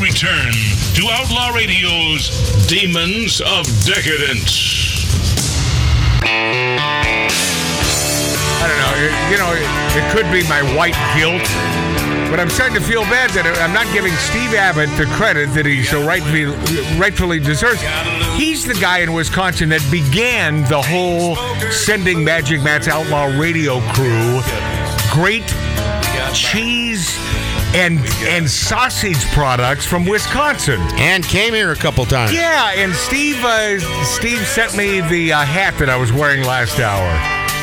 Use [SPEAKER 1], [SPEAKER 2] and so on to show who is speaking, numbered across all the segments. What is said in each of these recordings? [SPEAKER 1] return to Outlaw Radio's Demons of Decadence.
[SPEAKER 2] I don't know. It, you know, it, it could be my white guilt, but I'm starting to feel bad that I'm not giving Steve Abbott the credit that he so rightfully, rightfully deserves. He's the guy in Wisconsin that began the whole sending Magic Matt's Outlaw Radio crew great cheese and and sausage products from Wisconsin.
[SPEAKER 3] And came here a couple times.
[SPEAKER 2] Yeah, and Steve uh, Steve sent me the uh, hat that I was wearing last hour,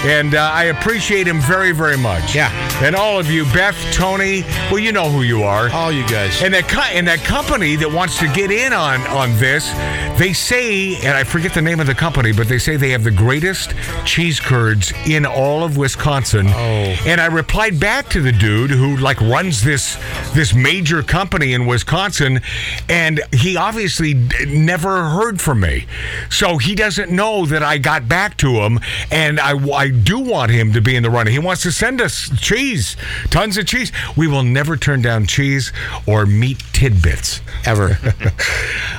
[SPEAKER 2] and uh, I appreciate him very very much.
[SPEAKER 3] Yeah.
[SPEAKER 2] and all of you, Beth, Tony, well, you know who you are.
[SPEAKER 3] All you guys.
[SPEAKER 2] And that co- and that company that wants to get in on on this, they say, and I forget the name of the company, but they say they have the greatest cheese curds in all of Wisconsin.
[SPEAKER 3] Oh.
[SPEAKER 2] And I replied back to the dude who like runs this this major company in Wisconsin, and he obviously d- never heard from me, so he doesn't know that I got back to him. And I, w- I do want him to be in the running. He wants to send us cheese, tons of cheese. We will never turn down cheese or meat tidbits.
[SPEAKER 3] Ever.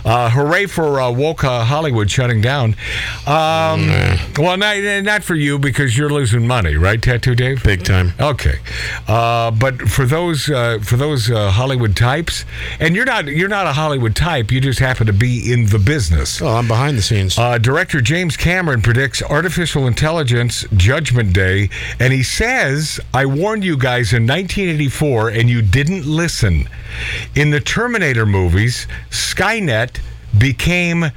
[SPEAKER 2] Uh, hooray for uh, woke uh, Hollywood shutting down. Um, Well, not, not for you because you're losing money, right, Tattoo Dave?
[SPEAKER 3] Big time.
[SPEAKER 2] Okay, uh, but for those uh, for those uh, Hollywood types, and you're not you're not a Hollywood type. You just happen to be in the business.
[SPEAKER 3] Well, I'm behind the scenes.
[SPEAKER 2] Uh, director James Cameron predicts artificial intelligence Judgment Day, and he says, "I warned you guys in 1984, and you didn't listen." In the Terminator movies, Skynet became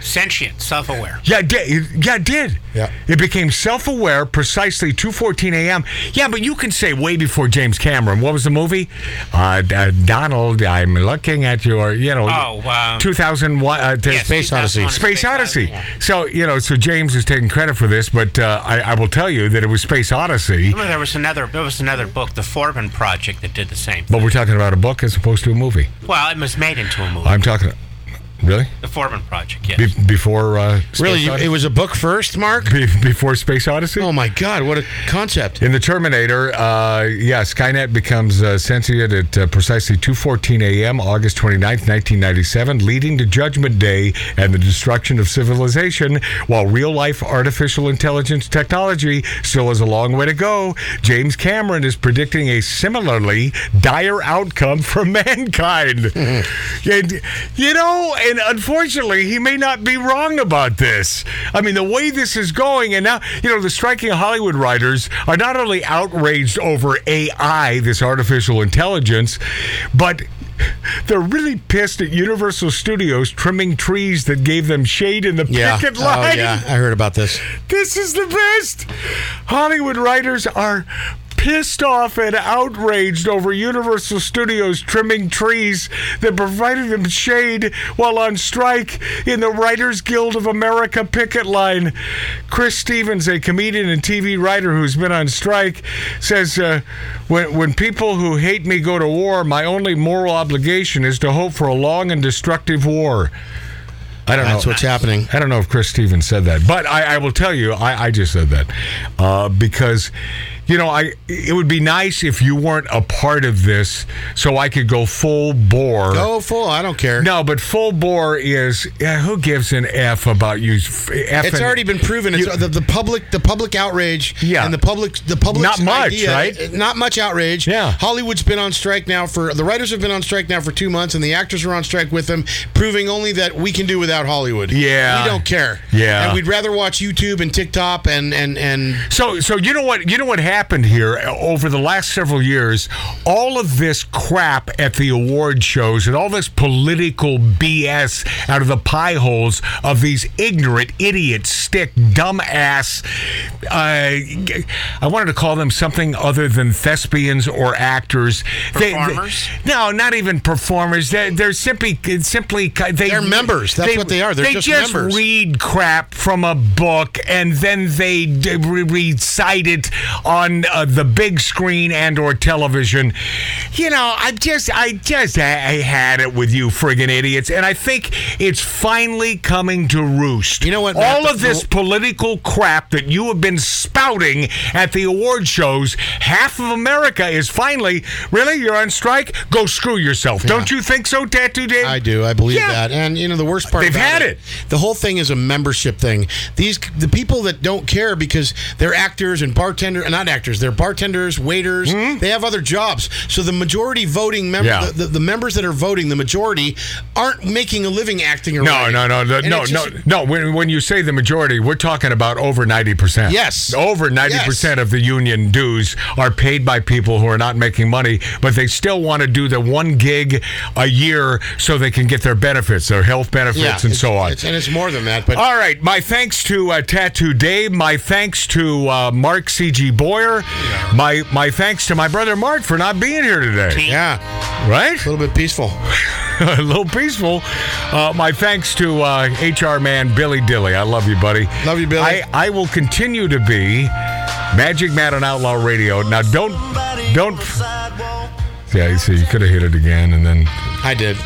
[SPEAKER 4] Sentient, self-aware.
[SPEAKER 2] yeah, it did. It- Yeah, it did.
[SPEAKER 3] Yeah.
[SPEAKER 2] It became self-aware precisely 2:14 a.m. Yeah, but you can say way before James Cameron. What was the movie? Uh, D- uh, Donald, I'm looking at your, you know,
[SPEAKER 4] Oh, um,
[SPEAKER 2] 2001 uh, the
[SPEAKER 4] yes,
[SPEAKER 3] Space Odyssey.
[SPEAKER 4] 2001
[SPEAKER 2] Space Odyssey.
[SPEAKER 4] Yeah.
[SPEAKER 2] So, you know, so James is taking credit for this, but uh, I, I will tell you that it was Space Odyssey,
[SPEAKER 4] Remember, there was another. There was another book, the Foreman Project, that did the same.
[SPEAKER 2] but we're talking about a book as opposed to a movie.
[SPEAKER 4] Well, it was made into a movie.
[SPEAKER 2] I'm talking really
[SPEAKER 4] the Foreman Project, yes.
[SPEAKER 2] Be- before uh, Space
[SPEAKER 3] really, you-
[SPEAKER 2] Odyssey?
[SPEAKER 3] it was a book first, Mark?
[SPEAKER 2] Be- before Space Odyssey?
[SPEAKER 3] Oh my God, what a concept.
[SPEAKER 2] In the Terminator, uh, yeah, Skynet becomes uh, sentient at uh, precisely 2:14 a.m. August 29th, 1997, leading to Judgment Day and the destruction of civilization. While real-life artificial intelligence technology still has a long way to go, James Cameron is predicting a similarly dire outcome for mankind. And, you know, and unfortunately, he may not be wrong about this. I mean, the way this is going, and now, you know, the striking Hollywood writers are not only outraged over AI, this artificial intelligence, but they're really pissed at Universal Studios trimming trees that gave them shade in the
[SPEAKER 3] Yeah.
[SPEAKER 2] picket
[SPEAKER 3] Oh,
[SPEAKER 2] line.
[SPEAKER 3] yeah. I heard about this.
[SPEAKER 2] This is the best. Hollywood writers are pissed off and outraged over Universal Studios trimming trees that provided them shade while on strike in the Writers Guild of America picket line. Chris Stevens, a comedian and TV writer who's been on strike, says uh, when, when people who hate me go to war, my only moral obligation is to hope for a long and destructive war. I don't know.
[SPEAKER 3] That's what's happening.
[SPEAKER 2] I don't know if Chris Stevens said that, but I, I will tell you, I, I just said that uh, because, you know, I it would be nice if you weren't a part of this, so I could go full bore.
[SPEAKER 3] Go full. Oh, I don't care.
[SPEAKER 2] No, but full bore is yeah, who gives an f about you? F
[SPEAKER 3] It's
[SPEAKER 2] and-
[SPEAKER 3] already been proven. It's, the, the public, the public outrage,
[SPEAKER 2] Yeah.
[SPEAKER 3] and the public, the public,
[SPEAKER 2] Not much, right?
[SPEAKER 3] Not much outrage.
[SPEAKER 2] Yeah.
[SPEAKER 3] Hollywood's been on strike now for the writers have been on strike now for two months, and the actors are on strike with them, proving only that we can do without Hollywood.
[SPEAKER 2] Yeah.
[SPEAKER 3] we don't care.
[SPEAKER 2] Yeah.
[SPEAKER 3] and we'd rather watch YouTube and TikTok and and and
[SPEAKER 2] So, so you know what you know what happened here uh, over the last several years. All of this crap at the award shows and all this political BS out of the pie holes of these ignorant, idiot, stick, dumbass. Uh, I wanted to call them something other than thespians or actors. They- they-
[SPEAKER 4] Performers?
[SPEAKER 2] no, not even performers. They're, they're simply simply they,
[SPEAKER 3] They're members. That's what they are. They're just members.
[SPEAKER 2] re- read crap from a book and then they d- re- recite it on on uh, the big screen and or television. You know, I just I just I, I had it with you friggin' idiots, and I think it's finally coming to roost.
[SPEAKER 3] You know what, Matt,
[SPEAKER 2] All of
[SPEAKER 3] the-
[SPEAKER 2] this political crap that you have been spouting at the award shows, half of America is finally really you're on strike. Go screw yourself. Don't you think so, Tattoo Dave?
[SPEAKER 3] I do. I believe
[SPEAKER 2] Yeah.
[SPEAKER 3] that. And you know the worst part.
[SPEAKER 2] They've had
[SPEAKER 3] about
[SPEAKER 2] it.
[SPEAKER 3] The whole thing is a membership thing. These the people that don't care because they're actors and bartenders, not actors. They're bartenders, waiters. They have other jobs. So the majority voting
[SPEAKER 2] Hmm?
[SPEAKER 3] members,
[SPEAKER 2] Yeah.
[SPEAKER 3] the, the, the members that are voting, the majority aren't making a living acting or
[SPEAKER 2] No,
[SPEAKER 3] writing.
[SPEAKER 2] no, no, no,
[SPEAKER 3] And
[SPEAKER 2] no,
[SPEAKER 3] it's just-
[SPEAKER 2] no, no. When, when you say the majority, we're talking about over 90%.
[SPEAKER 3] Yes.
[SPEAKER 2] Over 90% of the union dues are paid by people who are not making money, but they still want to do the one gig a year so they can get their benefits, their health benefits,
[SPEAKER 3] Yeah,
[SPEAKER 2] and
[SPEAKER 3] it's-
[SPEAKER 2] so on.
[SPEAKER 3] it's- and it's more than that. But
[SPEAKER 2] All right. My thanks to uh, Tattoo Dave. My thanks to uh, Mark C.G. Boyer. My, my thanks to my brother Mark for not being here today.
[SPEAKER 3] yeah,
[SPEAKER 2] Right?
[SPEAKER 3] a little bit peaceful.
[SPEAKER 2] a little peaceful. Uh, my thanks to uh, HR man Billy Dilly. I love you, buddy.
[SPEAKER 3] Love you, Billy.
[SPEAKER 2] I, I will continue to be Magic Man on Outlaw Radio. Now, don't don't. Yeah, you see, you could have hit it again, and then uh,
[SPEAKER 3] I did.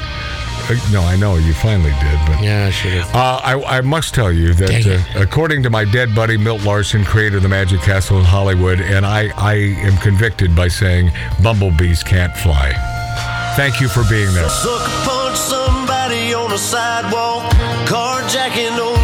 [SPEAKER 2] no, I know you finally did, but.
[SPEAKER 3] Yeah, I should have.
[SPEAKER 2] Uh, I, I must tell you that,
[SPEAKER 3] Dang it.
[SPEAKER 2] uh, according to my dead buddy Milt Larson, creator of the Magic Castle in Hollywood, and I, I am convicted by saying bumblebees can't fly. Thank you for being there.
[SPEAKER 5] Sucker punch somebody on the sidewalk, carjacking old